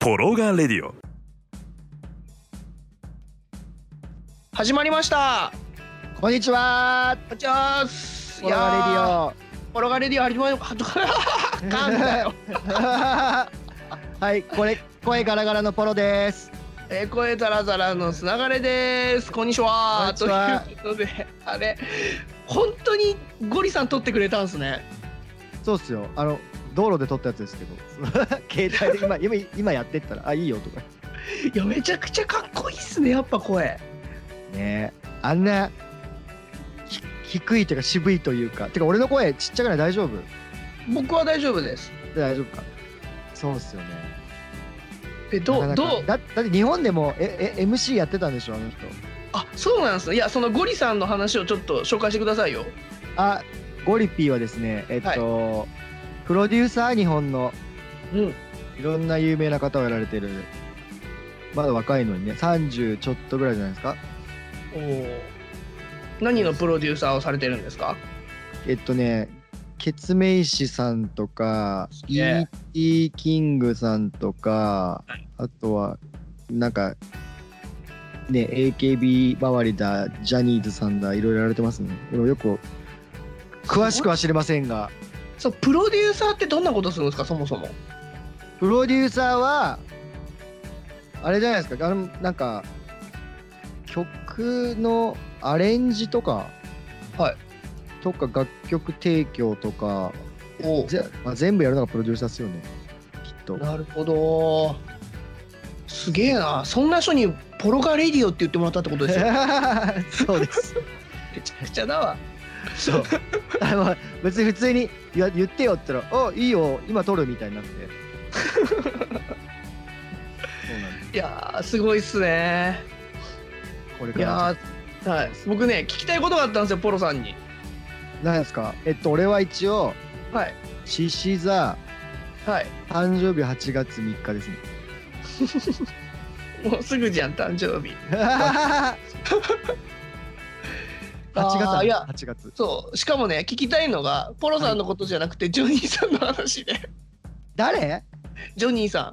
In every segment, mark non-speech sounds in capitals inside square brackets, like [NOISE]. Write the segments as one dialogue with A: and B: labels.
A: コロガレディオ
B: 始まりました
C: こんにちは。
B: こんにちはー
C: コロガ
B: コロガレディオ始まりました [LAUGHS]
C: レディオ。
B: かんだよ
C: [LAUGHS] はい、これ声ガラガラのポロです。
B: えー声ザラザラのつながれですこんにち
C: こ
B: は
C: んにちは
B: ということであれ本当にゴリさん撮ってくれたんですね
C: そうっすよ。あの道路で撮ったやつですけど、 [LAUGHS] 携帯で今今今やってったらあいいよとか。
B: いやめちゃくちゃかっこいいっすねやっぱ声
C: ねえ、あんなひ低いというか渋いというか、てか俺の声ちっちゃくない大丈夫？
B: 僕は大丈夫です
C: 大丈夫か。そうっすよね。
B: えどう
C: なか
B: どう
C: なかだだって日本でもええ MC やってたんでしょあの人。
B: あそうなんですねいやそのゴリさんの話をちょっと紹介してくださいよ
C: あ、ゴリピーはですね、えっと、プロデューサー日本の
B: うん
C: いろんな有名な方をやられてる。まだ若いのにね、30ちょっとぐらいじゃないですか。
B: おー何のプロデューサーをされてるんですか
C: えっとね、ケツメイシさんとか、
B: すげえ
C: E.T. キングさんとか、あとは、なんか、ね、AKB 周りだ、ジャニーズさんだ、いろいろやられてますね。でもよく、詳しくは知れませんが、
B: そうプロデューサーってどんなことするんですかそもそも
C: プロデューサーは、あれじゃないですか、あの、なんか、曲のアレンジとか、
B: はい。
C: とか、楽曲提供とか、
B: お
C: ぜまあ、全部やるのがプロデューサーですよね、きっと。
B: なるほどすげえなそんな人にポロガレディオって言ってもらったってこと
C: [LAUGHS]
B: ですよ
C: そうです。
B: めちゃくちゃだわ
C: そう。あの別に普通に言言ってよって言ったら、あいいよ、今撮るみたいに
B: [LAUGHS]
C: なって。そうなんです。
B: いやーすごいっすね
C: これ
B: い
C: から。
B: やーはい僕ね聞きたいことがあったんですよポロさんに
C: 何ですかえっと、俺は一応、
B: はい
C: 獅子座、
B: はい
C: 誕生日8月3日 [LAUGHS] ですね。
B: もうすぐじゃん誕生日
C: 8月
B: あーいや
C: 8月。
B: そうしかもね聞きたいのがポロさんのことじゃなくて、ジョニーさんの話で [LAUGHS]
C: 誰
B: ジョニーさ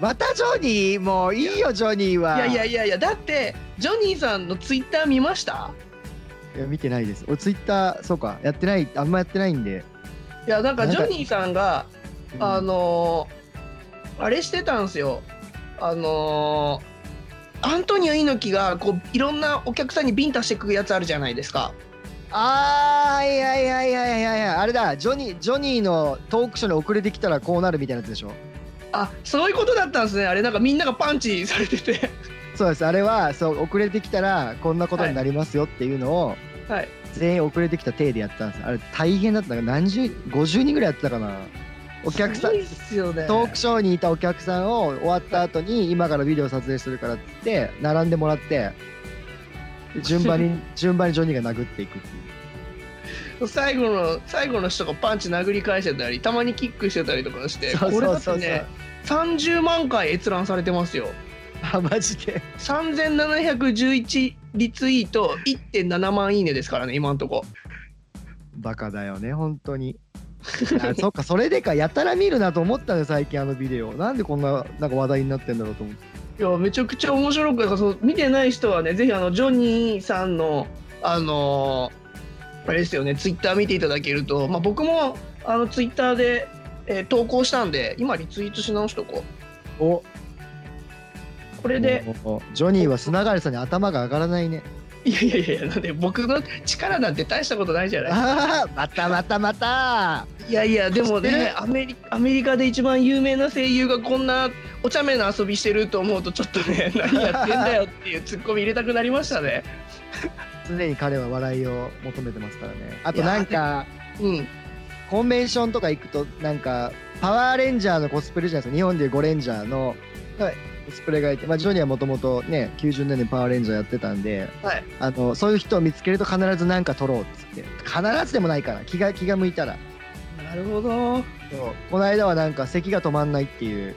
C: またジョニーもういいよ、ジョニー
B: ん
C: は。
B: いやいやいやいやだってジョニーさんのツイッター見ました
C: いや見てないです。俺ツイッターそうかやってないあんまやってないんで。
B: いやなんか
C: なん
B: ジ
C: か
B: ョニーさんが
C: うん
B: あのーあれしてたんですよ。あのーアントニオ猪木がこういろんなお客さんにビンタしてくやつあるじゃないですか。
C: あーはいはいはいはいはいはいあれだジョニージョニーのトークショーに遅れてきたらこうなるみたいなやつでしょ。
B: あそういうことだったんですねあれなんかみんながパンチされてて [LAUGHS]
C: そうですあれはそう遅れてきたらこんなことになりますよっていうのを、
B: はい
C: 全員遅れてきた体でやったんです。あれ大変だったなんか何十50人ぐらいやってたかな。お客さ
B: す
C: ん
B: ごいっすよね
C: トークショーにいたお客さんを終わった後に今からビデオ撮影するからっつって並んでもらって順番に順番にジョニーが殴っていくってい
B: [LAUGHS]
C: う。
B: 最後の最後の人がパンチ殴り返してたりたまにキックしてたりとかして
C: そう
B: これだっ
C: そ
B: て
C: うそうそう
B: ね30万回閲覧されてますよ
C: あマジで
B: 3711リツイート1.7万いいねですからね今んとこ
C: バカだよね本当にあそっかそれでかやたら見るなと思ったね最近あのビデオなんでこんななんか話題になってんだろうと思っ
B: い
C: て
B: やめちゃくちゃ面白くだからその見てない人はねぜひあのジョニーさんのあのーあれですよねツイッター見ていただけると、まあ、僕もあのツイッターで、えー投稿したんで今リツイートし直しとこ
C: お
B: うこれで
C: ジョニーは砂川さんに頭が上がらないね
B: いやいやいやいやなんで僕の力なんて大したことないじゃない
C: あ [LAUGHS] ーまたまたまた
B: いやいやでも
C: 知って
B: ね
C: る
B: アメリアメリカで一番有名な声優がこんなお茶目な遊びしてると思うとちょっと [LAUGHS] ね何やってんだよっていうツッコミ入れたくなりましたね
C: 常に彼は笑いを求めてますからねあとなん
B: い
C: か
B: うん
C: コンベンションとか行くとなんかパワーレンジャーのコスプレじゃないですか日本でいうゴレンジャーの
B: はい
C: コスプレがいて、まあ、ジョニーはもともとね90年代にパワーレンジャーやってたんで、
B: はい
C: あのそういう人を見つけると必ず何か撮ろうっつって必ずでもないから気が気が向いたら
B: なるほど
C: そうこの間はなんか咳が止まんないっていう、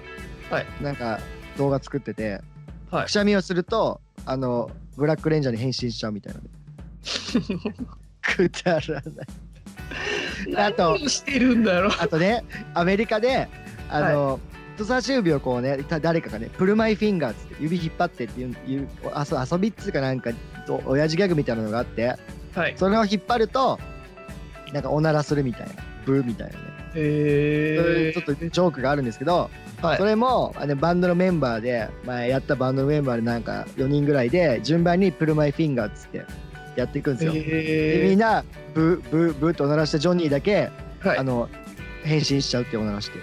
B: はい
C: なんか動画作ってて、
B: はい
C: くしゃみをするとあのブラックレンジャーに変身しちゃうみたいなくだらないあと
B: 何をしてるんだろう。
C: あとね、アメリカで、あの、人差し指をこうねた誰かがね「プルマイフィンガー」っつって指引っ張ってっていういうあそう遊びっつうかなんかと親父ギャグみたいなのがあって
B: はい。
C: それを引っ張るとなんかおならするみたいなブーみたいなねそういう
B: え
C: ちょっとジョークがあるんですけど、
B: はい
C: それもあのバンドのメンバーで前やったバンドのメンバーでなんか4人ぐらいで順番に「プルマイフィンガー」っつってやっていくんですよ。でみ
B: え
C: んなブーブーブーとおならしたジョニーだけ、
B: ー。はい
C: あ。の変身しちゃうっておならして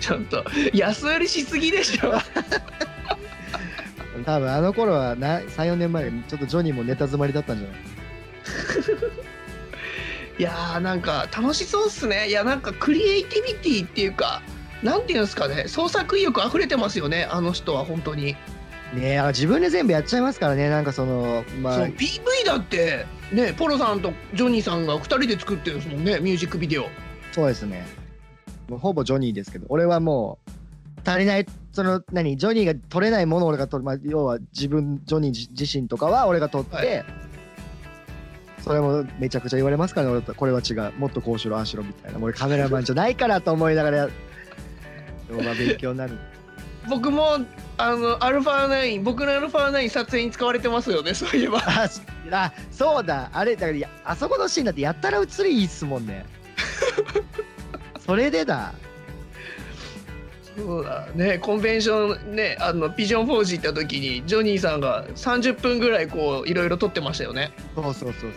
B: ちょっと安売りしすぎでし
C: [LAUGHS]
B: ょ。
C: 多分あの頃はな34年前ちょっとジョニーもネタ詰まりだったんじゃない
B: いやーなんか楽しそうっすね。いやなんかクリエイティビティっていうか。なんていうんですかね創作意欲溢れてますよねあの人は本当に、
C: ねえあ自分で全部やっちゃいますからねなんかそのま
B: そ
C: あ
B: う PV だってねポロさんとジョニーさんが2人で作ってるんですもんねミュージックビデオ
C: そうですねもうほぼジョニーですけど俺はもう足りないその何ジョニーが取れないものを俺が取る、まあ、要は自分ジョニー自自身とかは俺が取って、
B: は
C: それもめちゃくちゃ言われますからね俺とこれは違うもっとこうしろああしろみたいなもう俺カメラマンじゃないからと思いながらでもまあ勉強になる
B: 僕もあのアルファ9僕のアルファ9撮影に使われてますよねそういえば
C: あそあそうだあれだからいやあそこのシーンだってやったら映りいいっすもんねそれでだ
B: そうだねコンベンションねあのピジョンフォージ行った時にジョニーさんが30分ぐらいこういろいろ撮ってましたよね
C: そうそうそうそう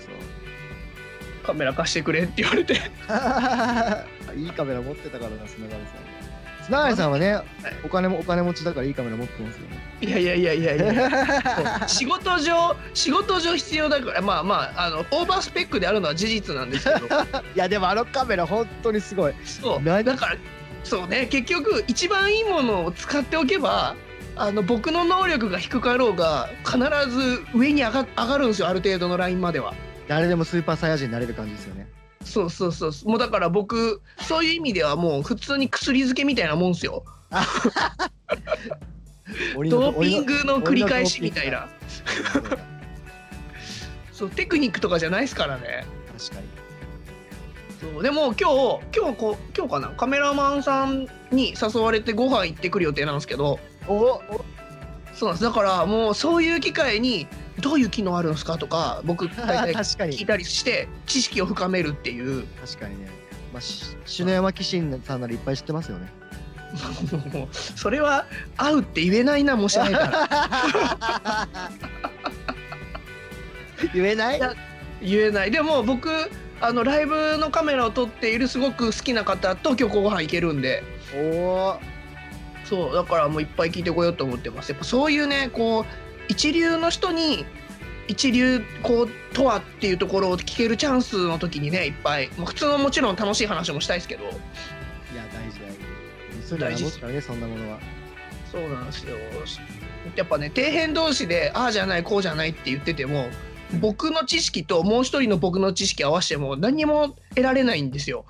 B: カメラ貸してくれって言われて [LAUGHS]
C: [LAUGHS] いいカメラ持ってたからな、砂川さん。砂川さんはね、お金もお金持ちだからいいカメラ持ってますよね。
B: いやいやいやいやい
C: [LAUGHS]
B: やそう仕事上仕事上必要だからまあまああのオーバースペックであるのは事実なんですけど
C: いや、でもあのカメラ本当にすごい。
B: そう
C: な
B: だからそうね結局一番いいものを使っておけばあの僕の能力が低かろうが必ず上に上が上がるんですよある程度のラインまでは。
C: 誰でもスーパーサイヤ人になれる感じです [LAUGHS] よね。
B: そうそうそうそうもうだから僕そういう意味ではもう普通に薬漬けみたいなもんですよ
C: ド
B: ドーピングの繰り返しみたい。な
C: 俺 [LAUGHS] の俺のドーピング
B: そうテクニックとかじゃないですからね
C: 確かに。
B: そうでも今日今日こ今日かなカメラマンさんに誘われてご飯行ってくる予定なんですけど
C: お [LAUGHS] お
B: そうなんですだからもうそういう機会にどういう機能あるんですかとか僕大体
C: 確か
B: 聞い
C: に。
B: たりして知識を深めるっていう [LAUGHS]
C: 確かにね。まあ、し篠山紀信さんならいっぱい知ってますよね。
B: もうそれは合うって言えないなもしないから
C: [LAUGHS] 言えない
B: いや言えないでも僕あのライブのカメラを撮っているすごく好きな方と今日ご飯行けるんで
C: おお
B: そうだからもういっぱい聞いてこようと思ってますやっぱそういうねこう一流の人に一流こうとはっていうところを聞けるチャンスの時にねいっぱい、まあ、普通のもちろん楽しい話もしたいですけど
C: いや、大事大事。急いだらもしからね、そんなも [LAUGHS] のは。
B: そうなんですよやっぱね底辺同士でああじゃないこうじゃないって言ってても僕の知識ともう一人の僕の知識合わせても何にも得られないんですよ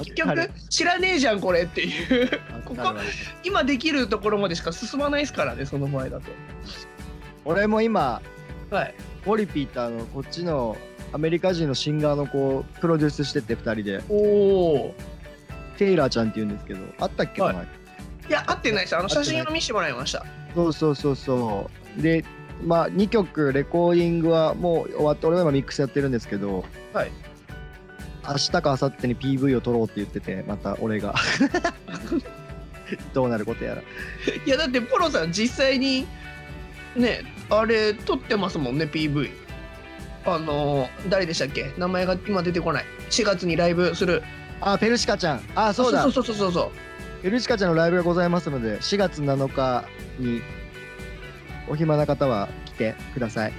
B: 結局知らねえじゃんこれっていうここ今できるところまでしか進まないですからねその前だと
C: 俺も今
B: はい
C: オリピーターのこっちのアメリカ人のシンガーの子をプロデュースしてて2人で
B: おお
C: テイラーちゃんって言うんですけどあったっけ、
B: はい
C: 前
B: いや合ってないですあの
C: 合
B: 写
C: ってない
B: 真を見せてもらいました
C: そうそうそうそうでまあ2曲レコーディングはもう終わって俺は今ミックスやってるんですけど
B: はい
C: 明日か明後日に PV を撮ろうって言っててまた俺が [LAUGHS] どうなることやら
B: いやだってポロさん実際にねあれ撮ってますもんね PV あの誰でしたっけ名前が今出てこない4月にライブする
C: あペルシカちゃんあそうだ
B: そうそうそうそうそう
C: ペルシカちゃんのライブがございますので4月7日にお暇な方は来てください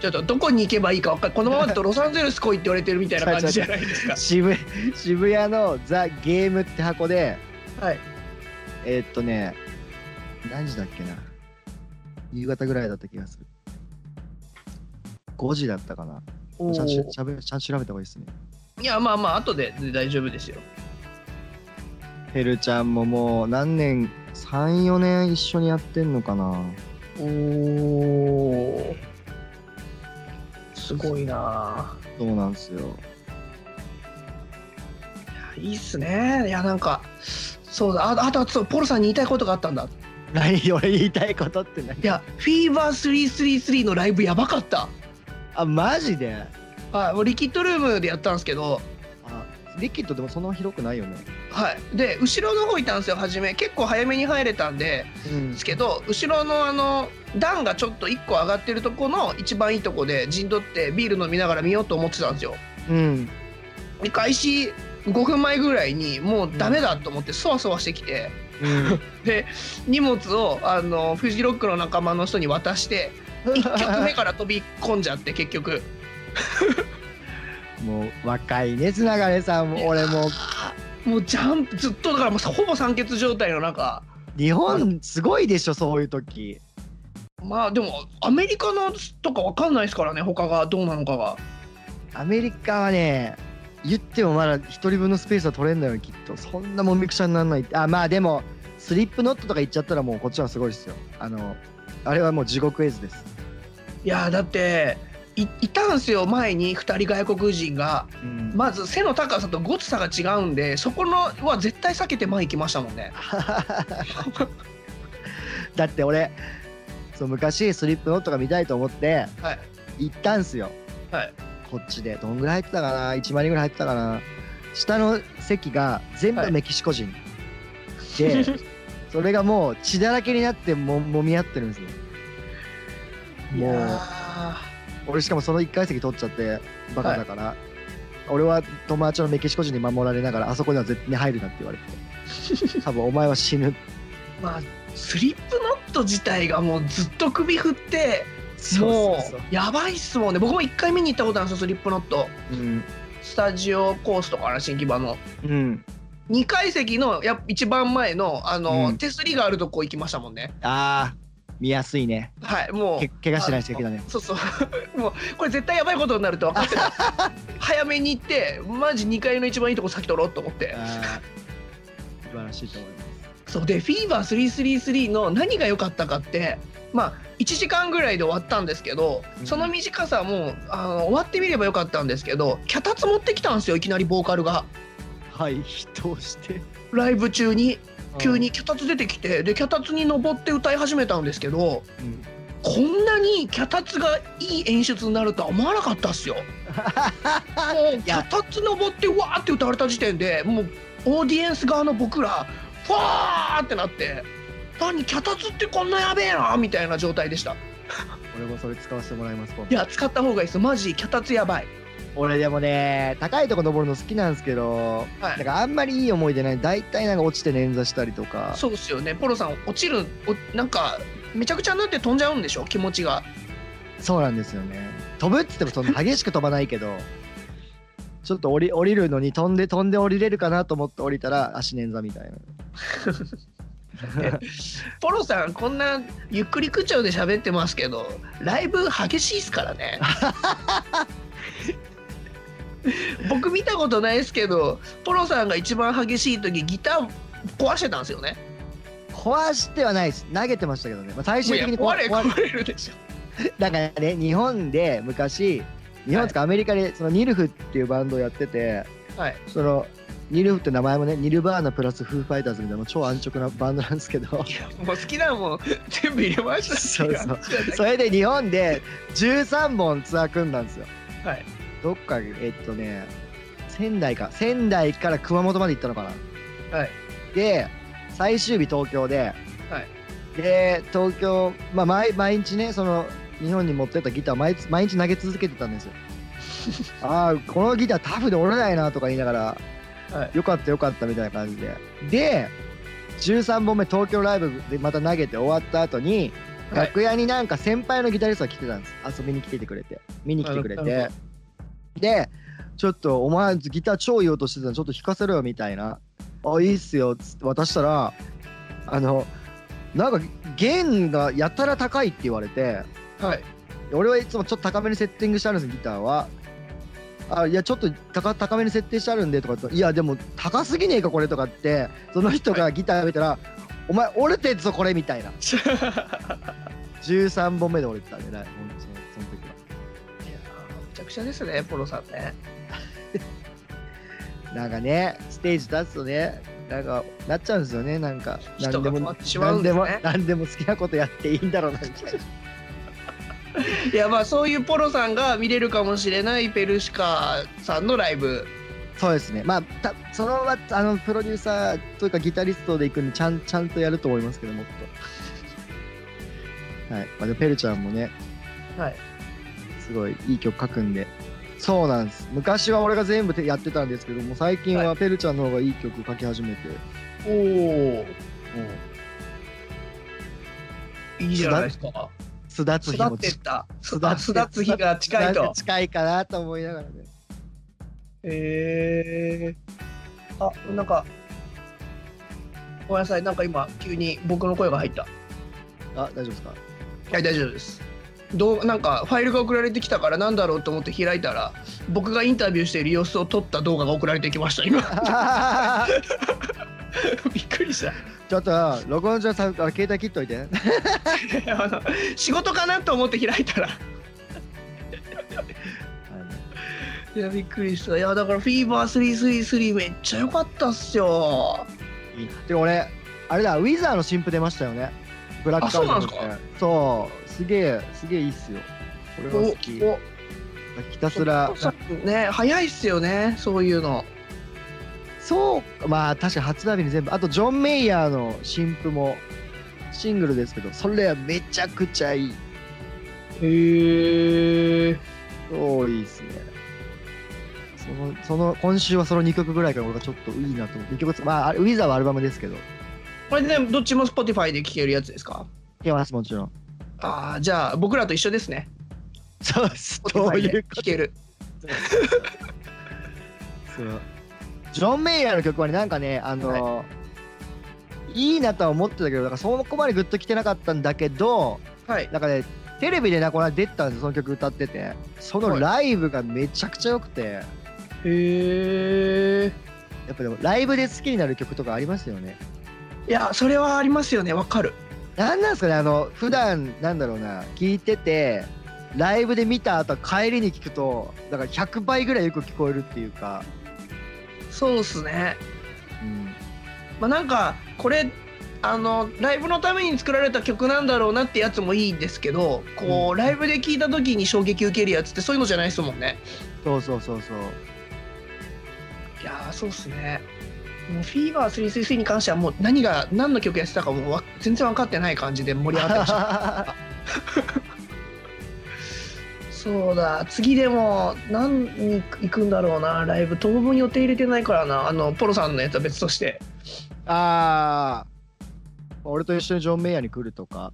B: ちょっとどこに行けばいいかわかんこのままだとロサンゼルス来いって言われてるみたいな感じじゃないです
C: [LAUGHS]
B: か
C: 渋い渋谷のザ・ゲームって箱で
B: はい
C: えーっとね何時だっけな夕方ぐらいだった気がする5時だったかな
B: お
C: ちゃん
B: ー
C: としゃべちゃんと調べた方がいいですね
B: いやまあまあ後で大丈夫ですよ
C: ペルちゃんももう何年34年一緒にやってんのかな
B: おおすごいな
C: そうなんですよ
B: あいいっすねいやなんかそうだああとはそうポロさんに言いたいことがあったんだ
C: 何俺言いたいことって何
B: いや「フィーバー333のライブやばかった
C: あマジで
B: はいもうリキッドルームでやったんですけど
C: あリキッドでもそんな広くないよね
B: はいで後ろの方いたんですよ初め結構早めに入れたんで
C: うん
B: ですけど後ろのあの段がちょっと1個上がってるとこの一番いいとこで陣取ってビール飲みながら見ようと思ってたんですよ
C: うん
B: で開始5分前ぐらいにもうダメだと思ってそわそわしてきて
C: うん
B: で荷物をあのフジロックの仲間の人に渡して1曲目から飛び込んじゃって結局
C: [LAUGHS] もう若いねつながれさんも俺もう
B: もうジャンプずっとだからもうほぼ酸欠状態の中
C: 日本すごいでしょそういう時
B: まあでもアメリカのとかわかんないですからね他がどうなのかが
C: アメリカはね言ってもまだ一人分のスペースは取れんだよきっとそんなもみくちゃにならないあまあでもスリップノットとか言っちゃったらもうこっちはすごいですよあのあれはもう地獄絵図です、
B: いやーだっていいたんすよ前に2人外国人が
C: うん
B: まず背の高さとごつさが違うんでそこのは絶対避けて前行きましたもんね
C: [LAUGHS] だって俺そう昔スリップノットが見たいと思って
B: はい
C: 行ったんすよ、
B: はい
C: こっちでどんぐらい入ってたかな1万人ぐらい入ってたかな下の席が全
B: は
C: 部
B: い
C: メキシコ人、
B: [LAUGHS]
C: でそれがもう血だらけになってももみ合ってるんですよ
B: いや
C: もう俺しかもその1階席取っちゃってバカだから、俺は友達のメキシコ人に守られながらあそこには絶対に入るなって言われ
B: [LAUGHS]
C: て多分お前は死ぬ
B: ーまあスリップノット自体がもうずっと首振って
C: そ
B: も
C: うそうそう
B: うやばいっすもんね僕も1回見に行ったことあるんですよスリップノット
C: うん
B: スタジオコースとかの新木場の
C: うん
B: 2階席のやっ一番前のあの、
C: うん
B: 手すりがあるとこ行きましたもんね
C: ああ見やすいね
B: はいもう
C: け怪我しない人だけだね
B: そうそうもう [LAUGHS] これ絶対やばいことになると分かってた
C: [LAUGHS]
B: 早めに行ってマジ2階の一番いいとこ先取ろうと思って
C: あー素晴らしいと思います
B: そうで「フィーバー333の何が良かったかってまあ1時間ぐらいで終わったんですけど
C: うん
B: その短さもあの終わってみればよかったんですけど脚立持ってきたんですよいきなりボーカルが
C: はい人をして
B: ライブ中に急に、脚立出てきてで脚立に登って歌い始めたんですけど
C: うん
B: こんなに脚立がいい演出になるとは思わなかったっすよ。もう
C: いや
B: 脚立登ってわーって歌われた時点でもうオーディエンス側の僕らファーってなって何脚立ってこんなやべえなみたいな状態でした
C: 俺もそれ使わせてもらいます今
B: い
C: 度
B: や使った方がいいですマジ脚立やばい
C: 俺でもね高いとこ登るの好きなんですけど、
B: はい
C: なんかあんまりいい思い出ない大体なんか落ちて捻挫したりとか
B: そうっすよねポロさん落ちるおなんかめちゃくちゃになって飛んじゃうんでしょ気持ちが
C: そうなんですよね飛ぶっつってもそんな激しく飛ばないけどちょっと降り降りるのに飛んで飛んで降りれるかなと思って降りたら足捻挫みたいな
B: ポロさんこんなゆっくり口調で喋ってますけどライブ激しいっすから
C: [LAUGHS]
B: ね僕見たことないですけどポロさんが一番激しい時ギター壊してたんですよね
C: 壊してはないです投げてましたけどね、まあ、最終
B: いや
C: 的に
B: 壊れ
C: 壊
B: 壊れるでしょ
C: だからね日本で昔日本とかアメリカでそのニルフっていうバンドをやってて
B: はい
C: そのニルフって名前もねニルバーナプラスフーファイターズみたいな超安直なバンドなんです
B: [LAUGHS]
C: けど
B: もう好きなもん全部入れました
C: そうそうそれで日本で13本ツアー組んだんですよ
B: はい
C: どっかえっとね仙台か仙台から熊本まで行ったのかな
B: はい
C: で最終日東京で、
B: は
C: で東京、まあ、毎毎日ねその日本に持ってったギターを毎日毎日投げ続けてた
B: [LAUGHS]
C: んですよああこのギタータフで折れないなとか言いながら、
B: は
C: よかったよかったみたいな感じでで13本目東京ライブでまた投げて終わった後に、
B: はい
C: 楽屋になんか先輩のギタリストが来てたんです遊びに来ててくれて見に来てくれ
B: なるほ
C: てでちょっとお前ギター超いい音してたのちょっと弾かせろよみたいな「あいいっすよ」つって渡したらあのなんか弦がやたら高いって言われて
B: はい
C: 俺はいつもちょっと高めにセッティングしてあるんですギターは。あいやちょっと高高めに設定してあるんでとかっていやでも高すぎねえかこれとかってその人がギター見たら、お前折れてんぞこれみたいな13本目で折れてたねライブほんとそのその時は。
B: めちゃくちゃですねポロさんね
C: なんかね、ステージ立つとね、なんか、なっちゃうんですよね、なんか。
B: 人が止
C: 何で
B: ま
C: も
B: ってしまうんで
C: ですも
B: ね、
C: 何でも好きなことやっていいんだろうな、みたいな。
B: いやまあそういうポロさんが見れるかもしれないペルシカさんのライブ
C: そうですね。まあ、たそのまま、あの、プロデューサーというかギタリストで行くんで、ちゃん、ちゃんとやると思いますけど、もっと。はい。まあ、でもペルちゃんもね、
B: はい
C: すごいいい曲書くんで。そうなんです。昔は俺が全部てやってたんですけども、最近
B: は
C: はペルちゃんの方がいい曲書き始めて。
B: おお
C: うん
B: いいじゃないですか
C: 巣立つ日
B: 育
C: も
B: ってった
C: 巣
B: 巣
C: 立って
B: 立つ日が近い
C: なんか
B: と
C: 近いかなと思いながらね。
B: へえあなんかごめんなさいなんか今急に僕の声が入った
C: あ、大丈夫ですか [LAUGHS]
B: はい大丈夫ですどうなんかファイルが送られてきたからなんだろうと思って開いたら僕がインタビューしている様子を撮った動画が送られてきました今 [LAUGHS] びっくりした
C: ちょっと録音中さあ携帯切っとい
B: [LAUGHS]
C: て
B: あの仕事かなと思って開いたらいやびっくりしたいやだからフィーバー333めっちゃ良かったっすよ
C: で俺あれだウィザーの新譜出ましたよねブラックカウント
B: あそうなん
C: そうすげえすげえいいっすよこれは好き
B: おお
C: ひたすら
B: そうそうね早いっすよねそういうの
C: そうまあ確か初鍋に全部あとジョン・メイヤーの新譜もシングルですけどそれはめちゃくちゃいい
B: へえ
C: そういいっすねそのその今週はその2曲ぐらいから俺がちょっといいなと思って2曲つまああれウィザーはアルバムですけど
B: これで、ね、どっちも Spotify で聴けるやつですか
C: いけますもちろん
B: ああじゃあ僕らと一緒ですね
C: そうす
B: Spotify で聴ける
C: そうジョン・メイヤーの曲はねなんかねあの、い、いなとは思ってたけどなんかそこまでグッときてなかったんだけど
B: はい
C: なんかねテレビでなこの間出てたんですよその曲歌っててそのライブがめちゃくちゃ良くて、や
B: へえ
C: っぱでもライブで好きになる曲とかありますよね
B: いやそれはありますよねわかる
C: なんなんですかねあの普段なんだろうな聞いててライブで見た後帰りに聞くとだから100倍ぐらいよく聞こえるっていうか、
B: そうっすね
C: うん、
B: まあ、なんかこれあのライブのために作られた曲なんだろうなってやつもいいんですけどこう、
C: うん
B: ライブで聴いた時に衝撃受けるやつってそういうのじゃないですもんね
C: そうそうそうそう
B: いやーそうっすねもうフィーバー333に関してはもう何が何の曲やってたかもうわ全然分かってない感じで盛り上が
C: [LAUGHS]
B: ってました [LAUGHS] そうだ次でも何に行くんだろうなライブ当分予定入れてないからなあのポロさんのやつは別として [LAUGHS]
C: ああ俺と一緒にジョン・メイヤーに来るとか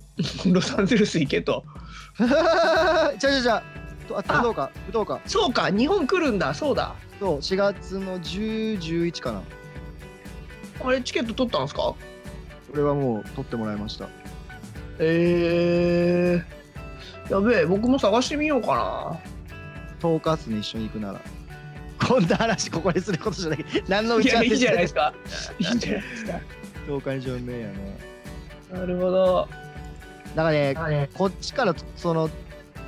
C: [LAUGHS]
B: ロサンゼルス行けと
C: じゃあじゃあじゃあとあ武道館武道館
B: そうか日本来るんだそうだ
C: そう4月の1011かな
B: あれチケット取ったんですか
C: これはもう取ってもらいました
B: えー、やべえ僕も探してみようか
C: 10日っすね一緒に行くならこんな話ここですることじ
B: [LAUGHS]
C: ゃない何
B: な
C: の打
B: い
C: ち合
B: や
C: わ
B: いい
C: せ
B: じ
C: じ
B: ゃな
C: ゃ
B: い
C: ない
B: ですかいいんじ [LAUGHS] ゃないですか
C: 10日にジョン・メイヤーね
B: なるほど
C: なんかね
B: はい
C: こっちからその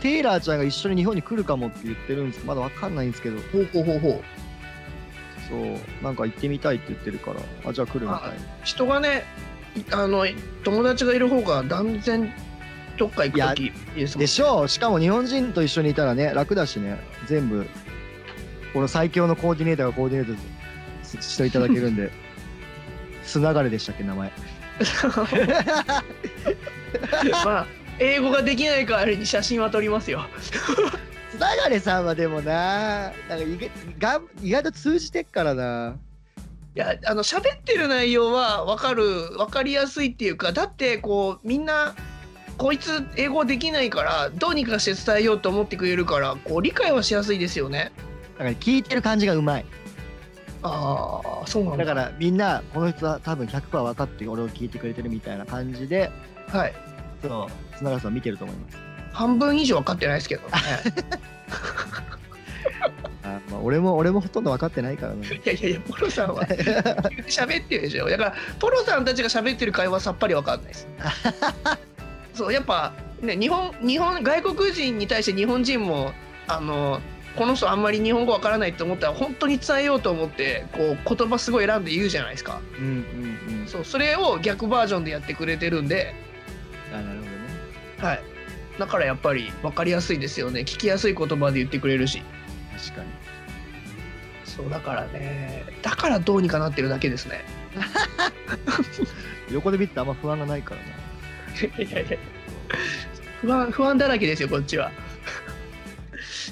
C: テイラーちゃんが一緒に日本に来るかもって言ってるんですけどまだわかんないんですけど
B: ほうほうほうほう
C: そうなんか行ってみたいって言ってるからあじゃあ来るみたい
B: 人がねいあの友達がいる方が断然どっか行く時いいですもん
C: でしょうしかも日本人と一緒にいたらね楽だしね全部この最強のコーディネーターがコーディネートししていただける [LAUGHS] んでつながれでしたっけ名前
B: [LAUGHS] まあ英語ができない代わりに写真は撮りますよ
C: つながれさんはでもななんか意外が意外と通じてっからない
B: やあの喋ってる内容は分かる分かりやすいっていうかだってこうみんなこいつ英語できないからどうにかして伝えようと思ってくれるからこう理解はしやすいですよね。
C: だから聞いてる感じがうまい
B: ああそうなんだ
C: だからみんなこの人は多分100%分かって俺を聞いてくれてるみたいな感じで
B: はい、
C: そうつながれさんを見てると思います
B: 半分以上分かってないですけどね。
C: あ、まあ、俺も俺もほとんど分かってないからね
B: いやいやいやポロさんは喋ってるでしょだからポロさんたちが喋ってる会話さっぱり分かんないですそうやっぱね日本日本外国人に対して日本人もあのこの人あんまり日本語わからないって思ったら本当に伝えようと思ってこう言葉すごい選んで言うじゃないですか
C: うんうんうん
B: そうそれを逆バージョンでやってくれてるんで、
C: あなるほどね
B: はい、だからやっぱり分かりやすいですよね聞きやすい言葉で言ってくれるし
C: 確かに
B: そうだからねだからどうにかなってるだけですね
C: 横で見ててあんま不安がないからね
B: いやいや不安不安だらけですよこっちは [LAUGHS]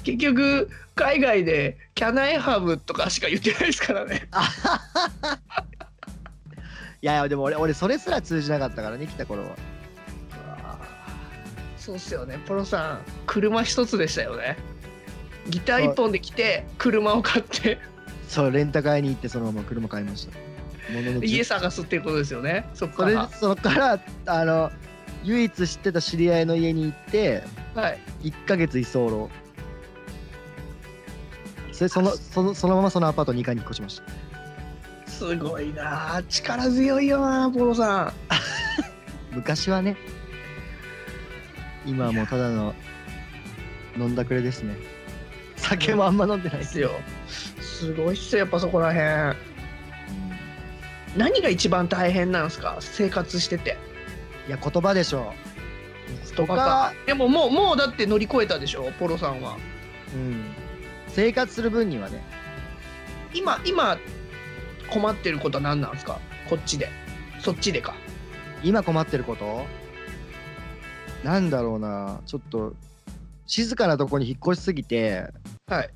B: 結局海外で「キャナイハブ」とかしか言ってないですからね [LAUGHS]
C: いやいやでも俺俺それすら通じなかったからね来た頃は
B: そうっすよねポロさん車一つでしたよねギター一本で来て車を買って
C: そうレンタカーに行ってそのまま車買いましたものの10
B: 家探すっていうことですよねそっ
C: そ
B: か
C: れ
B: ら
C: そこからあの唯一知ってた知り合いの家に行って
B: はい
C: 1ヶ月居候それそのそのそのままそのアパート2階に引っ越しました
B: すごいなあ力強いよなあポロさん
C: 昔はね今はもうただの飲んだくれですね酒もあんま飲んでな
B: で
C: いです
B: すよすごいっすよやっぱそこらへん何が一番大変なんですか生活してて
C: いや言葉でしょ
B: とかかでももうもうだって乗り越えたでしょポロさんは
C: うん生活する分にはね
B: 今今困ってることは何なんですかこっちでそっちでか
C: 今困ってることなんだろうなちょっと静かなとこに引っ越しすぎて
B: はい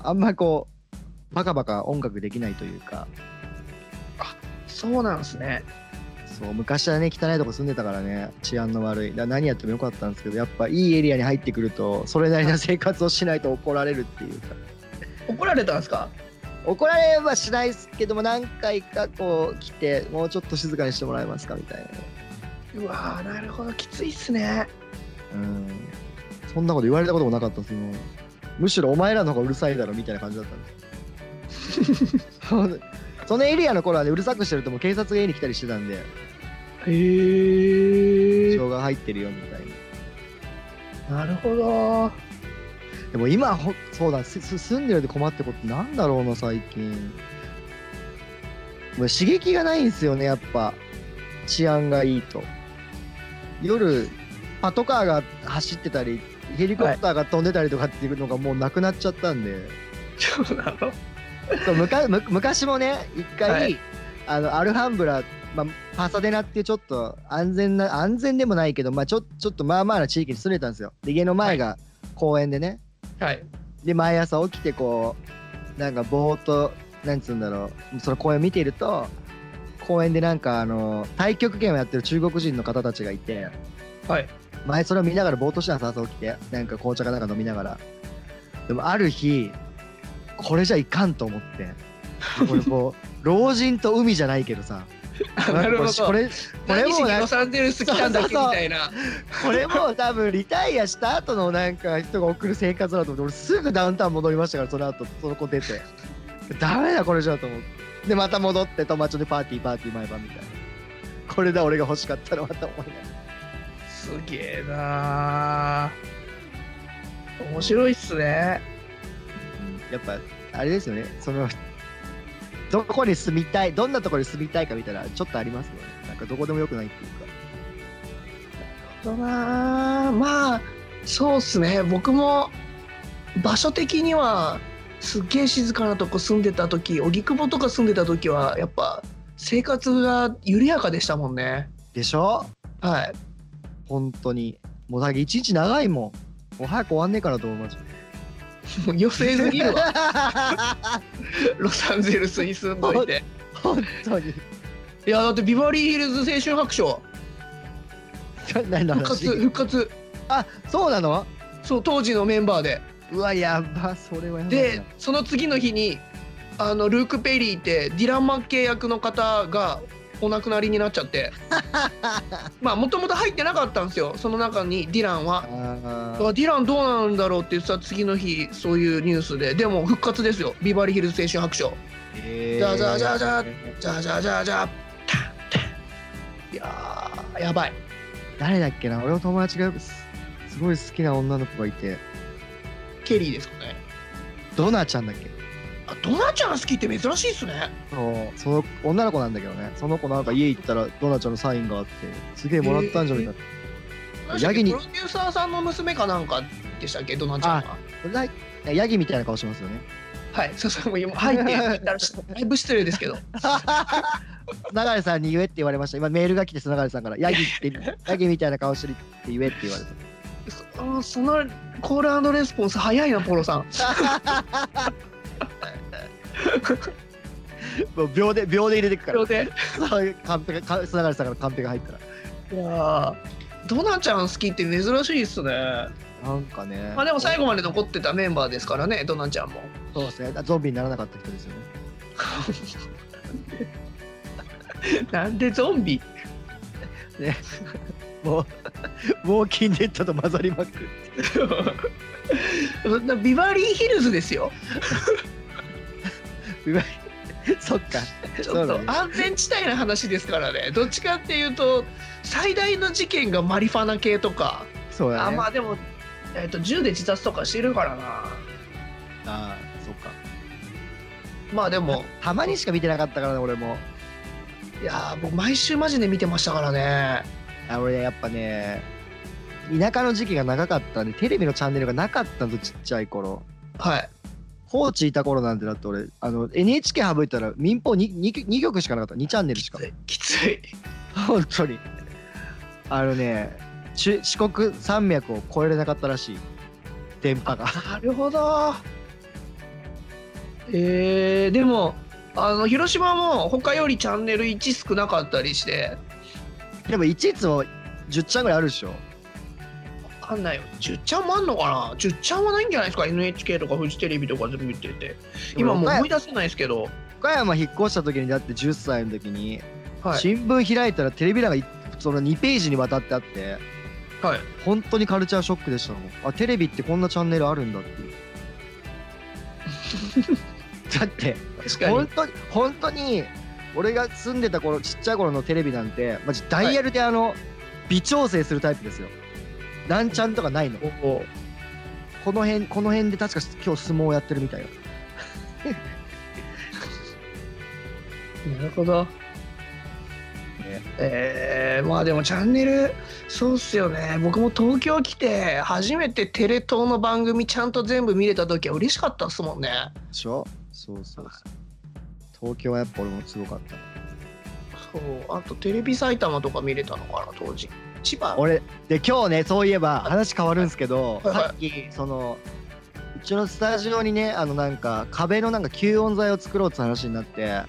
C: あんまこうバカバカ音楽できないというか
B: そうなんですね
C: そう昔はね汚いとこ住んでたからね治安の悪いだ何やってもよかったんですけどやっぱいいエリアに入ってくるとそれなりの生活をしないと怒られるっていうか
B: 怒られたんですか
C: 怒られはしないですけども何回かこう来てもうちょっと静かにしてもらえますかみたいな
B: うわーなるほどきついっすね
C: うんそんなこと言われたこともなかったですもうむしろお前らの方がうるさいだろみたいな感じだったんですよほんでそのエリアの頃はねうるさくしてるともう警察が家に来たりしてたんで
B: へ
C: 情が入ってるよみたいな
B: なるほど [LAUGHS]
C: でも今ほそうだすす住んでるで困ってることなんだろうな最近もう刺激がないんですよねやっぱ治安がいいと夜パトカーが走ってたりヘリコプターが飛んでたりとかっていうのがもうなくなっちゃったんで、
B: そうなの
C: そうむかむ昔もね一回、
B: はい
C: あのアルハンブラ、まあ、パサデナっていうちょっと安全な安全でもないけど、まあ、ちょちょっとまあまあな地域に住んでたんですよで家の前が公園でね、
B: はい
C: で毎朝起きてこうなんかぼーっとなんつうんだろうその公園見ていると公園でなんかあの太極拳をやってる中国人の方たちがいて
B: はい
C: 前それを見ながらぼーっとしてたんです朝起きてなんか紅茶かなんか飲みながらでもある日これじゃいかんと思って俺こ
B: [LAUGHS]
C: う老人と海じゃないけどさ
B: なるほ
C: なんか
B: ど
C: これこれ
B: 何
C: も
B: し
C: う
B: に
C: なん
B: ロ
C: か
B: サンゼルス来たんだっけ
C: そうそうそう
B: みたいな
C: これもう多分リタイアした後のなんか人が送る生活だと思って俺すぐダウンタウン戻りましたからその後その子出てダメだこれじゃと思ってでまた戻って友達でパーティーパーティー毎晩みたいなこれだ俺が欲しかったらまた思いなが
B: すげえなあ面白いっすね
C: らやっぱあれですよねそのどこに住みたいどんなところに住みたいかみたいなちょっとありますよねなんかどこでもよくないっていうか
B: そうだなあまあそうっすね僕も場所的にはすっげえ静かなとこ住んでた時荻窪とか住んでた時はやっぱ生活が緩やかでしたもんね
C: でしょ
B: はい
C: 本当にもうだけ一日長いもんもう早く終わんねえかなと思います
B: もう寄せすぎる [LAUGHS] わロサンゼルスに住んどい [LAUGHS] て
C: [LAUGHS] 本当に
B: いやだってビバリーヒルズ青春白書
C: 何の
B: 復活
C: 話
B: 復活
C: あそうなの
B: そう当時のメンバーで
C: うわやばそれはやばいな
B: でその次の日にあのルーク・ペリーってディラン・マッケイ役の方がお亡くなりになっちゃって
C: [LAUGHS]
B: まあもともと入ってなかったんですよその中にディランは。
C: あ
B: だか
C: ー
B: らディランどうなるんだろうって言ってた次の日そういうニュースででも復活ですよビバリーヒルズ青春白書
C: え
B: じゃあじゃあじゃあじゃあ
C: ー
B: じゃあじゃあじゃあじゃあタンタンいやーやばい
C: 誰だっけな俺の友達がよくすすごい好きな女の子がいて
B: ケリーですかね
C: ドナちゃんだっけ
B: あドナちゃん好きって珍しいっすね
C: そうその女の子なんだけどねその子なんか家行ったらドナちゃんのサインがあってすげえもらったんじゃないかって、ヤギに
B: プロデューサーさんの娘かなんかでしたっけドナちゃんが
C: ないヤギみたいな顔してますよね
B: はいそうそうもう今入って言ったらだいぶ失礼ですけど
C: 流れさんに言えって言われました今メールが来て流れさんからヤギってヤギみたいな顔してるって言えって言われた
B: そそのコールレスポンス早いなポロさん
C: もう秒で秒で入れてくから
B: 秒で
C: そういうカンペがか流れさんからカンペが入ったら
B: いやードナちゃん好きって珍しいっすね
C: なんかね
B: まあでも最後まで残ってたメンバーですからねドナちゃん
C: [LAUGHS]
B: も
C: そうですねゾンビにならなかった人ですよね
B: なんでゾンビ [LAUGHS]
C: もうウォーキンデッドと混ざりまくって
B: そんなビバリーヒルズですよ
C: そっか
B: ちょ
C: そう
B: っ
C: だ
B: と
C: ね
B: 安全地帯な話ですからねどっちかっていうと最大の事件がマリファナ系とか、
C: そうだ
B: あ
C: ね
B: まあでも、えっと銃で自殺とかしてるからな
C: あーそっか
B: まあでも
C: たまにしか見てなかったからね俺も
B: [LAUGHS] いやー僕毎週マジで見てましたからね
C: あ俺ねやっぱね田舎の時期が長かったんでテレビのチャンネルがなかったのちっちゃい頃
B: はい
C: 高知いた頃なんてだって俺あの NHK 省いたら民放 2, 2, 2局しかなかった2チャンネルしか
B: きつい
C: 本当にあのねち四国山脈を越えれなかったらしい電波が
B: なるほどえー、でもあの広島も他よりチャンネル1少なかったりして
C: でもいちいつも10チャンぐらいあるでしょ
B: わかんないよ10ちゃんもあんのかな10ちゃんはないんじゃないですか NHK とかフジテレビとか全部見てて今もう思
C: 岡山
B: い出せないですけど、
C: 岡山引っ越した時にだって10歳の時に、
B: はい
C: 新聞開いたらテレビ欄がいその2ページにわたってあって
B: はい、
C: 本当にカルチャーショックでしたもんあテレビってこんなチャンネルあるんだって
B: [LAUGHS]
C: いうだって
B: 確か
C: 本
B: に
C: 当に本当に俺が住んでた頃ちっちゃい頃のテレビなんてマジダイヤルであの、微調整するタイプですよなんちゃんとかないの
B: おお
C: この辺この辺で確か今日相撲やってるみたいよ
B: なるほど、
C: ね
B: えー、まあでもチャンネルそうっすよね僕も東京来て初めてテレ東の番組ちゃんと全部見れた時は嬉しかったっすもんね
C: でしょそうそうそう東京はやっぱ俺もすごかった
B: そうあとテレビ埼玉とか見れたのかな当時千葉
C: 俺で今日ねそういえば話変わるんですけど、
B: はいはい
C: さっきそのうちのスタジオにねあのなんか壁のなんか吸音材を作ろうって話になって
B: は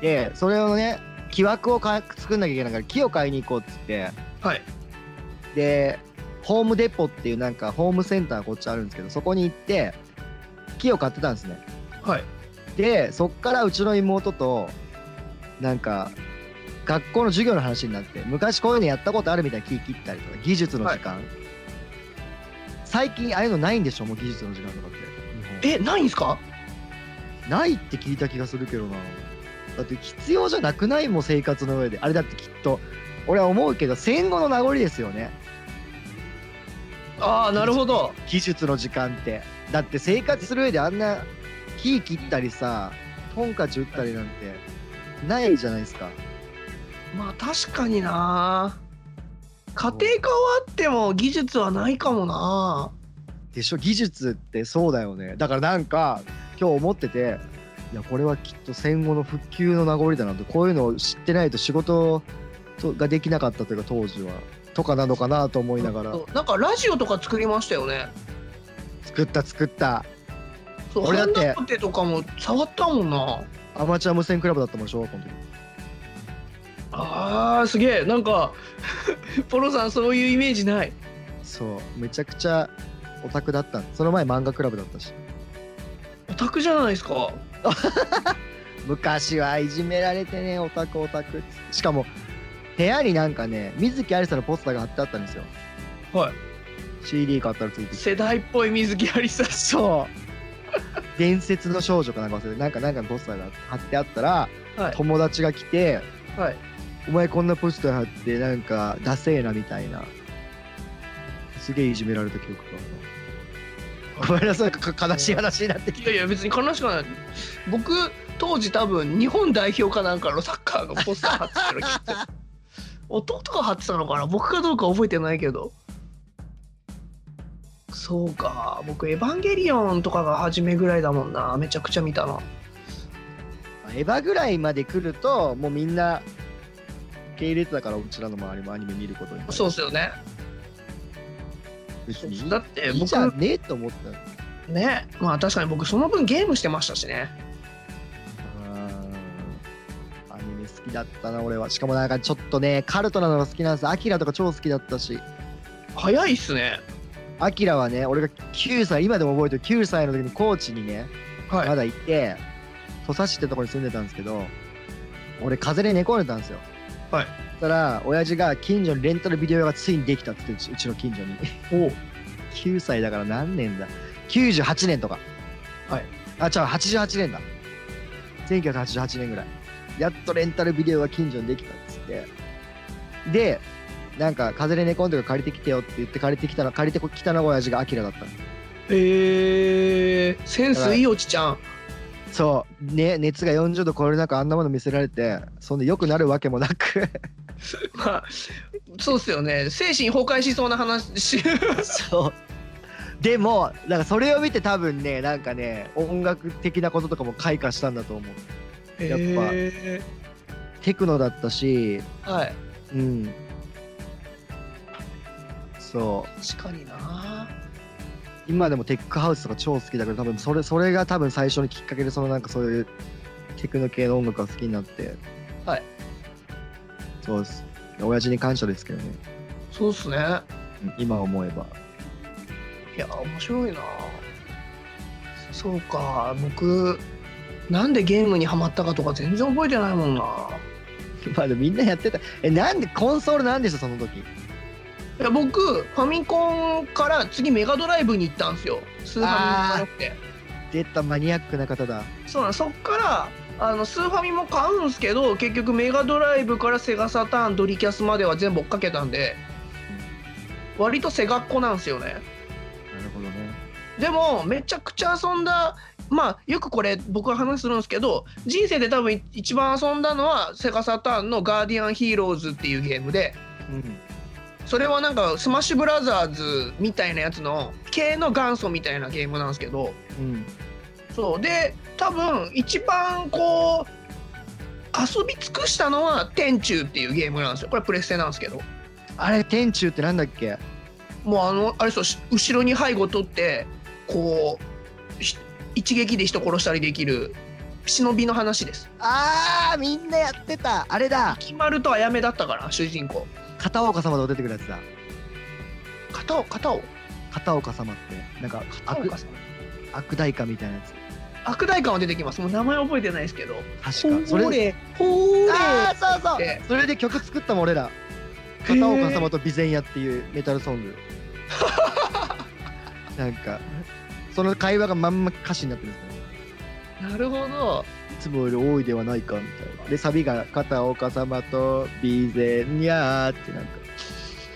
B: い
C: でそれをね木枠をか作んなきゃいけないから木を買いに行こうっつって
B: はい
C: でホームデポっていうなんかホームセンターがこっちあるんですけどそこに行って木を買ってたんですね
B: はい
C: でそっからうちの妹となんか学校の授業の話になって昔こういうのやったことあるみたいな木切ったりとか技術の時間、最近ああいうのないんでしょもう技術の時間とかって
B: えないんすか
C: ないって聞いた気がするけどなだって必要じゃなくないもう生活の上であれだってきっと俺は思うけど戦後の名残ですよね
B: ああなるほど
C: 技術の時間ってだって生活する上であんな木切ったりさトンカチ打ったりなんてないじゃないですか
B: まあ確かにな家庭科はあっても技術はないかもな
C: でしょ技術ってそうだよねだからなんか今日思ってていやこれはきっと戦後の復旧の名残だなとこういうのを知ってないと仕事とができなかったというか当時はとかなのかなと思いながら
B: そうなんかラジオとか作りましたよね
C: 作った作った
B: そう
C: 俺だって
B: ハンダポテとかも触ったもんな
C: アマチュア無線クラブだったもん小学校の時
B: あーすげえなんか [LAUGHS] ポロさんそういうイメージない
C: そうめちゃくちゃオタクだったその前漫画クラブだったし
B: オタクじゃないですか
C: 昔はいじめられてねオタクオタクっつってしかも部屋になんかね水木有沙のポスターが貼ってあったんですよ
B: はい
C: CD 買ったらついてきて
B: 世代っぽい水木ありさ
C: そう伝説の少女かなんか忘れてなんかなんかのポスターが貼ってあったら、
B: はい
C: 友達が来て
B: はい
C: 「お前こんなポスター貼ってなんかダセえな」みたいなすげえいじめられた記憶があるなごめんなさいか悲しい話になってき
B: いやいや別に悲しくはない僕当時多分日本代表かなんかのサッカーのポスター貼ってたのきっと
C: [LAUGHS]
B: 弟が貼ってたのかな僕かどうか覚えてないけどそうか僕「エヴァンゲリオン」とかが初めぐらいだもんなめちゃくちゃ見たな
C: たエヴァぐらいまで来るともうみんな受け入れてたからうちらの周りもアニメ見ることに
B: そうっすよね
C: 別に
B: だって
C: いい
B: 僕
C: じゃねえと思った
B: ねまあ確かに僕その分ゲームしてましたしね
C: アニメ好きだったな俺はしかもなんかちょっとねカルトなのが好きなんですアキラとか超好きだったし
B: 早いっすね
C: アキラはね俺が9歳今でも覚えてる9歳の時に高知にね
B: はい
C: まだ行って土佐市ってとこに住んでたんですけど俺風邪で寝込んでたんですよ
B: はい
C: そしたら親父が近所にレンタルビデオ屋がついにできたって言ってうちうちの近所に
B: お
C: 9歳だから何年だ98年とか
B: はい
C: あ違う88年だ1988年ぐらいやっとレンタルビデオが近所にできたっつってでなんか風邪で寝込んでるから借りてきてよって言って借りてきたの借りてきたのが親父がアキラだったの
B: えー、センスいいおちちゃん
C: そう、ね、熱が40度超える中あんなもの見せられてそんで良くなるわけもなく
B: まあそうっすよね精神崩壊しそうな話
C: そうでもなんかそれを見て多分ねなんかね音楽的なこととかも開花したんだと思うやっぱ
B: え
C: テクノだったし
B: ーはい
C: うんそう
B: 確かにな
C: 今でもテックハウスとか超好きだけど多分それそれが多分最初のきっかけでそのなんかそういうテクノ系の音楽が好きになって
B: はい
C: そうです親父に感謝ですけどね
B: そうっすねいや
C: うん今思えば [LAUGHS]
B: 面白いなそうか僕なんでゲームにはまったかとか全然覚えてないもんな
C: まあでもみんなやってた。え、なんで、コンソールなんでした、その時。
B: いや僕ファミコンから次メガドライブに行ったんですよスーファミじゃなくて
C: 出たマニアックな方だ。
B: そうなんそっからあのスーファミも買うんすけど結局メガドライブからセガサターンドリキャスまでは全部追っかけたんで割とセガっ子なんですよね
C: なるほどね。
B: でもめちゃくちゃ遊んだまあよくこれ僕は話するんですけど人生で多分一番遊んだのはセガサターンの「ガーディアンヒーローズ」っていうゲームで
C: うん。
B: それはなんかスマッシュブラザーズみたいなやつの系の元祖みたいなゲームなんですけど
C: うん。
B: そうで多分一番こう遊び尽くしたのは「天柱」っていうゲームなんですよこれプレステなんですけど
C: あれ、天柱ってなんだっけ
B: もうあのあれそうし後ろに背後取ってこうひ一撃で人殺したりできる忍びの話です
C: あー、みんなやってた。あれだ。
B: 決まるとあやめだったから主人公
C: 片岡様と出てくるやつだ。
B: 片を片を
C: 片岡様って、なんか
B: 片
C: 悪
B: 岡、さん
C: 悪大家みたいなやつ。
B: 悪大官は出てきますもう名前覚えてないですけど
C: 確か。それで。
B: れほれ
C: あー、そうそ
B: で
C: う。それで曲作ったもん、俺ら。片岡様と備前屋っていうメタルソ
B: [LAUGHS]
C: ング。なんか、その会話がまんま歌詞になってるんですね。
B: なるほど
C: いつもより多いではないかみたいな。で、サビが片岡様とビーゼンニャーってなんか、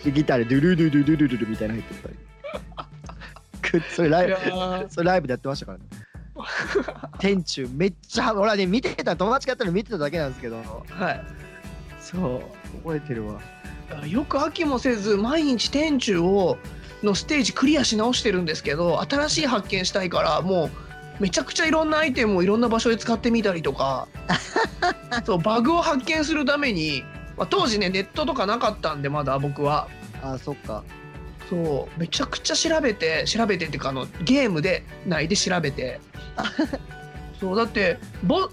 C: でギターでドゥルドゥドゥドゥドゥドゥみたいなの入って
B: [LAUGHS]
C: たり。くそれラ
B: い
C: イ
B: や
C: ブ、
B: ー
C: [LAUGHS] それライブでやってましたからね。天柱めっちゃ、俺はね、見てた、友達がやったの見てただけなんですけど、
B: はい
C: そう、覚えてるわ。
B: よく飽きもせず毎日天柱をのステージクリアし直してるんですけど新しい発見したいからもうめちゃくちゃいろんなアイテムをいろんな場所で使ってみたりとかそうバグを発見するために、まあ当時ねネットとかなかったんでまだ僕は
C: あ、そっか。
B: そうめちゃくちゃ調べて調べてっていうかあのゲームで内で調べてそうだってボん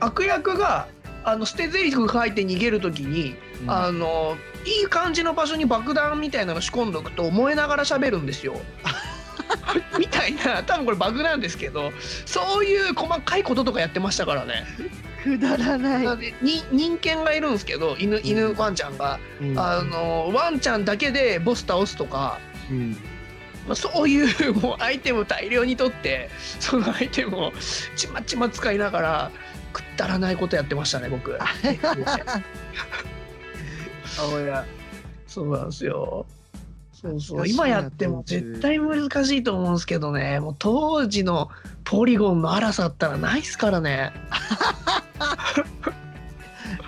B: 悪役があの捨て台詞書いて逃げる時に
C: うん
B: あのいい感じの場所に爆弾みたいなの仕込んどくと燃えながら喋るん
C: [LAUGHS]
B: ですよ。みたいな多分これバグなんですけどそういう細かいこととかやってましたからね。
C: くだらない。
B: なのでに人犬がいるんですけど犬犬ワンちゃんが、
C: うん
B: あのワンちゃんだけでボス倒すとか、
C: うん
B: まあ、そういうもうアイテム大量に取ってそのアイテムをちまちま使いながらくったらないことやってましたね
C: [LAUGHS]
B: 僕。そうなんですよ。そうそう今やっても絶対難しいと思うんですけどねもう当時のポリゴンの荒さったらないっすからね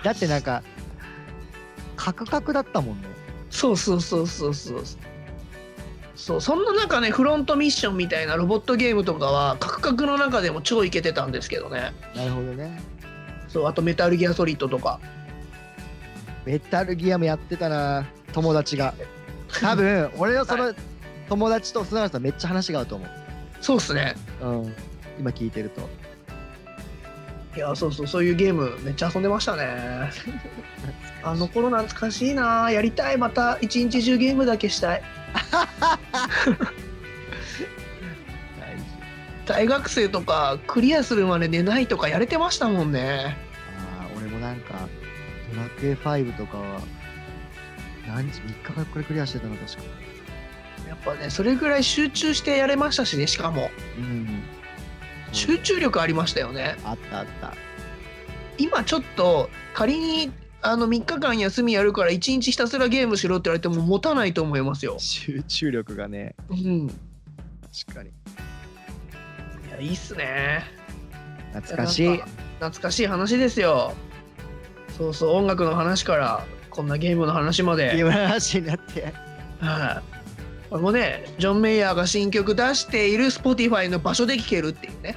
C: だってなんかカクカクだったもんね
B: そうそうそうそうそうそうそんな中ねフロントミッションみたいなロボットゲームとかはカクカクの中でも超イケてたんですけどね
C: なるほどね
B: そうあとメタルギアソリッドとか
C: メタルギアもやってたな友達が多分俺のその友達と砂原さんめっちゃ話が合うと思
B: そうっすね
C: う、うん、今聞いてると
B: いやそうそうそういうゲームめっちゃ遊んでましたねあの頃懐かしいなやりたいまた一日中ゲームだけしたい
C: 大
B: 大
C: 事
B: 学生とかクリアするまで寝ないとかやれてましたもんね
C: あー俺もなんかドラクエ5とかは何日3日からこれクリアしてたの確か
B: やっぱねそれぐらい集中してやれましたしねしかも
C: うん
B: 集中力ありましたよね
C: あったあった
B: 今ちょっと仮にあの3日間休みやるから1日ひたすらゲームしろって言われても持たないと思いますよ。
C: 集中力がね
B: うん、い
C: 確かに
B: やいいっすね。
C: 懐かし
B: い
C: い
B: やなんか懐かしい話ですよ。そうそう音楽の話からこんなゲームの話ま
C: ゲー
B: で。
C: ムの話になって
B: はいこれもねジョン・メイヤーが新曲出している Spotify の場所で聴けるっていうね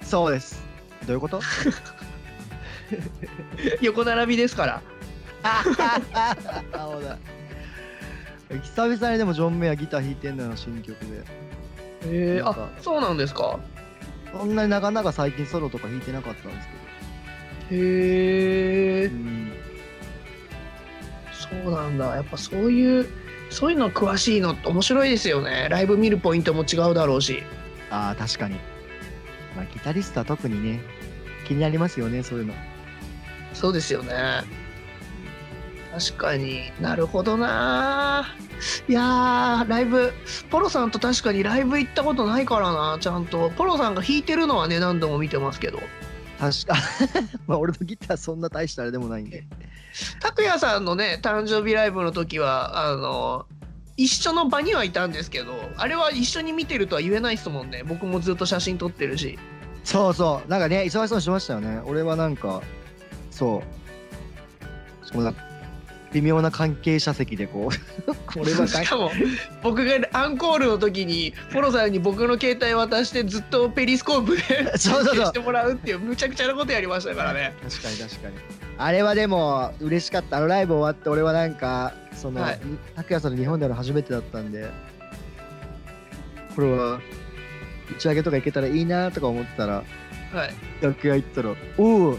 C: そうですどういうこと
B: 横並びですから
C: あそうだ久々にでもジョン・メアギター弾いてんだよな新曲で
B: え
C: ー
B: あそうなんですか
C: そんなになかなか最近ソロとか弾いてなかったんですけ
B: へえ
C: どうん
B: そうなんだやっぱそういうそういうの詳しいのって面白いですよねライブ見るポイントも違うだろうし
C: ああ確かに、まあ、ギタリストは特にね気になりますよねそういうの
B: そうですよね確かになるほどないやーライブポロさんと確かにライブ行ったことないからなちゃんとポロさんが弾いてるのはね何度も見てますけど
C: 確か [LAUGHS] まあ俺のギターそんな大したあれでもないんで
B: 拓哉さんのね誕生日ライブの時はあの一緒の場にはいたんですけどあれは一緒に見てるとは言えないですもんね僕もずっと写真撮ってるし
C: そうそうなんかね忙しそうにしましたよね俺はなんかそうその微妙な関係者席でこう
B: [LAUGHS]
C: これは
B: しかも僕がアンコールの時にポロさんに僕の携帯渡してずっとペリスコープで
C: そうそ
B: 撮
C: うそう
B: 影してもらうっていうむちゃくちゃなことやりましたからね
C: 確かに確かにあれはでも嬉しかったあのライブ終わって俺はなんかその、
B: はい
C: 拓哉さんの日本での初めてだったんでこれは打ち上げとか行けたらいいなとか思ってたら
B: はい
C: 楽屋行ったら「おお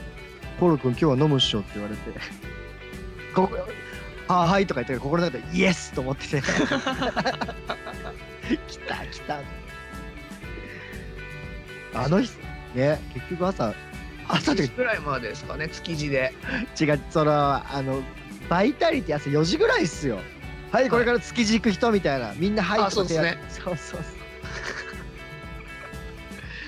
C: ポロ君今日は飲むっしょ」って言われて [LAUGHS] 「ここあはい」とか言ったら心の中で「イエス!」と思って [LAUGHS] て来た来たあの人ね結局朝朝って
B: 1
C: いう
B: 時
C: か
B: ぐらいまでですかね築地で
C: 違うそのあのバイタリティ朝4時ぐらいっすよはいこれから築地行く人みたいなみんな入って
B: あそうですね
C: そうそうそう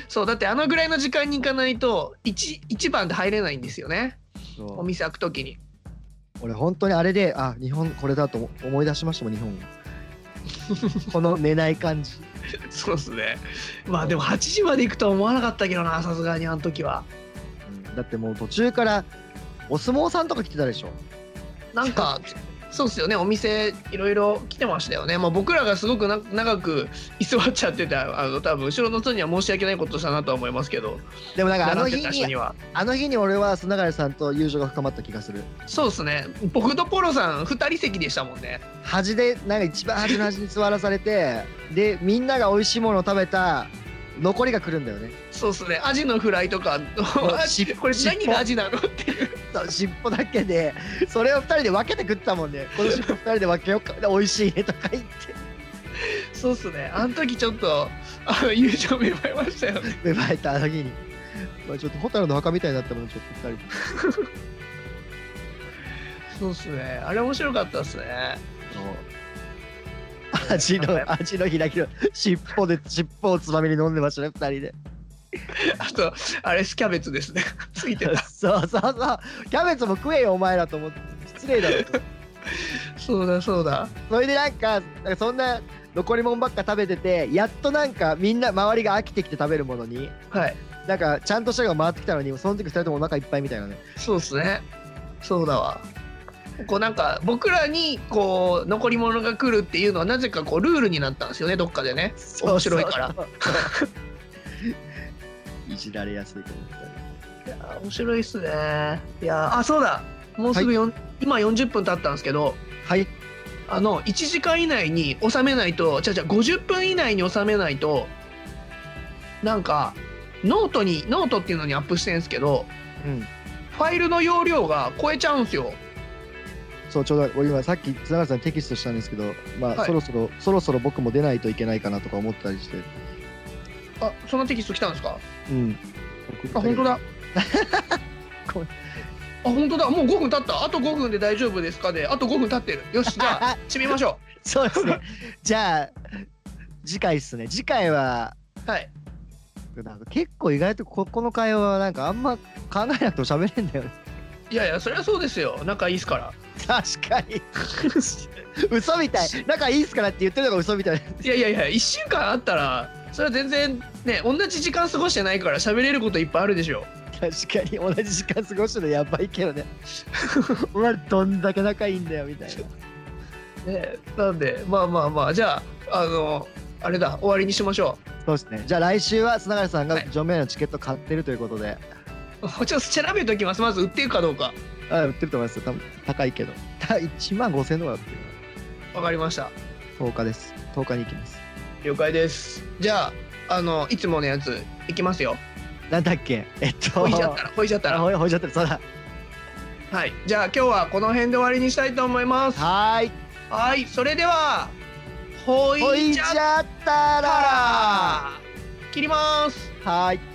B: そうだってあのぐらいの時間に行かないと 1, 一番で入れないんですよね
C: そう
B: お店開く時に
C: 俺本当にあれであ日本これだと思思い出しましたもん日本を
B: [LAUGHS]
C: この寝ない感じ
B: そうですねまあでも8時まで行くとは思わなかったけどなさすがにあの時は
C: うんだってもう途中からお相撲さんとか来てたでしょ
B: なんかそうっすよねお店いろいろ来てましたよね、まあ、僕らがすごくな長く居座っちゃってたあの多分後ろの人には申し訳ないことしたなとは思いますけど
C: でもなんかあの
B: 並ん
C: 日
B: でた
C: に
B: 人には
C: あの日に俺は砂原さんと友情が深まった気がする
B: そうっすね僕とポロさん2人席でしたもんね
C: 端でなんか一番端の端に座らされてでみんなが美味しいものを食べた残りが来るんだよね
B: そうっすねアジのフライと
C: [LAUGHS]
B: か
C: う
B: あ
C: 尻尾
B: これ何がアジなのっていう
C: そう尻尾だけでそれを2人で分けて食ったもんねこの尻尾2人で分けようかで美味しいねとか言って
B: そうっすねあの時ちょっとあの友情芽生えましたよね
C: 芽生えたあの日に、まあ、ちょっと蛍の墓みたいになったもんちょっと2人で
B: そうっすねあれ面白かったっすね
C: そう味の味の開きの尻尾で尻尾をつまみに飲んでましたね2人 [LAUGHS] で
B: あとあれスキャベツですね [LAUGHS] 過ぎてた
C: [LAUGHS] そうそうそうキャベツも食えよお前らと思って失礼だろと
B: そうだそうだ
C: それでなんかなんかそんな残り物ばっか食べててやっとなんかみんな周りが飽きてきて食べるものに
B: はい
C: なんかちゃんとしたのが回ってきたのにその時2人ともお腹いっぱいみたいなね
B: そうですねそうだわこうなんか僕らにこう残り物が来るっていうのはなぜかこうルールになったんですよねどっかでね面白い
C: [LAUGHS]
B: から
C: そうそういじられやすいと思っ
B: い
C: た
B: やー面白いっすねいやーあそうだもうすぐよん、今40分経ったんですけど
C: はい
B: あの1時間以内に収めないとじゃじゃ50分以内に収めないとなんかノートにノートっていうのにアップしてるんですけど
C: うん
B: ファイルの容量が超えちゃうんですよ
C: そうちょうど俺今さっき綱川さんにテキストしたんですけどまあ、
B: はい
C: そろそろそろそろ僕も出ないといけないかなとか思ったりして
B: あそんなテキスト来たんですか
C: うん
B: あ本当だ
C: [LAUGHS] ごめ
B: あ
C: ん
B: 本当だもう5分経ったあと5分で大丈夫ですかであと5分経ってるよしじゃ
C: [LAUGHS]
B: あ締めましょ
C: そうですねじゃあ次回っすね次回は
B: うはい
C: なんか結構意外とここの会話はなんかあんま考えなくても喋れんだよね [LAUGHS]
B: いやいやそりゃそうですよ仲いいっすから
C: 確か
B: [LAUGHS]
C: に嘘みたい仲いいっすからって言ってるのが嘘みたい
B: いやいやいや1週間あったらそれは全然ね同じ時間過ごしてないから喋れることいっぱいあるでしょ
C: 確かに同じ時間過ごしてるのやばいけ
B: [LAUGHS]
C: どねお前どんだけ仲いいんだよみたいな
B: ねなんでまあまあまあじゃああのあれだ終わりにしましょ
C: そうですねじゃあ来週は砂川さんが
B: はい
C: ジョン・メイのチケット買ってるということで、
B: う [LAUGHS] ちょっと調べておきますまず売ってるかどうか
C: あ売ってると思いますよ多分高いけど [LAUGHS] た1万5000円のが売ってる
B: わかりました
C: 10日です10日に行きます
B: 了解ですじゃああのいつものやついきますよ
C: なんだっけえっと
B: ほいちゃったらほいちゃったら
C: あほいほいちゃったらそうだ
B: はい、じゃあ今日はこの辺で終わりにしたいと思います。は
C: はーい
B: い、それでは、ほ
C: ほ
B: い
C: い
B: ち
C: ち
B: ゃった
C: ゃったら
B: ら、切ります。
C: はーい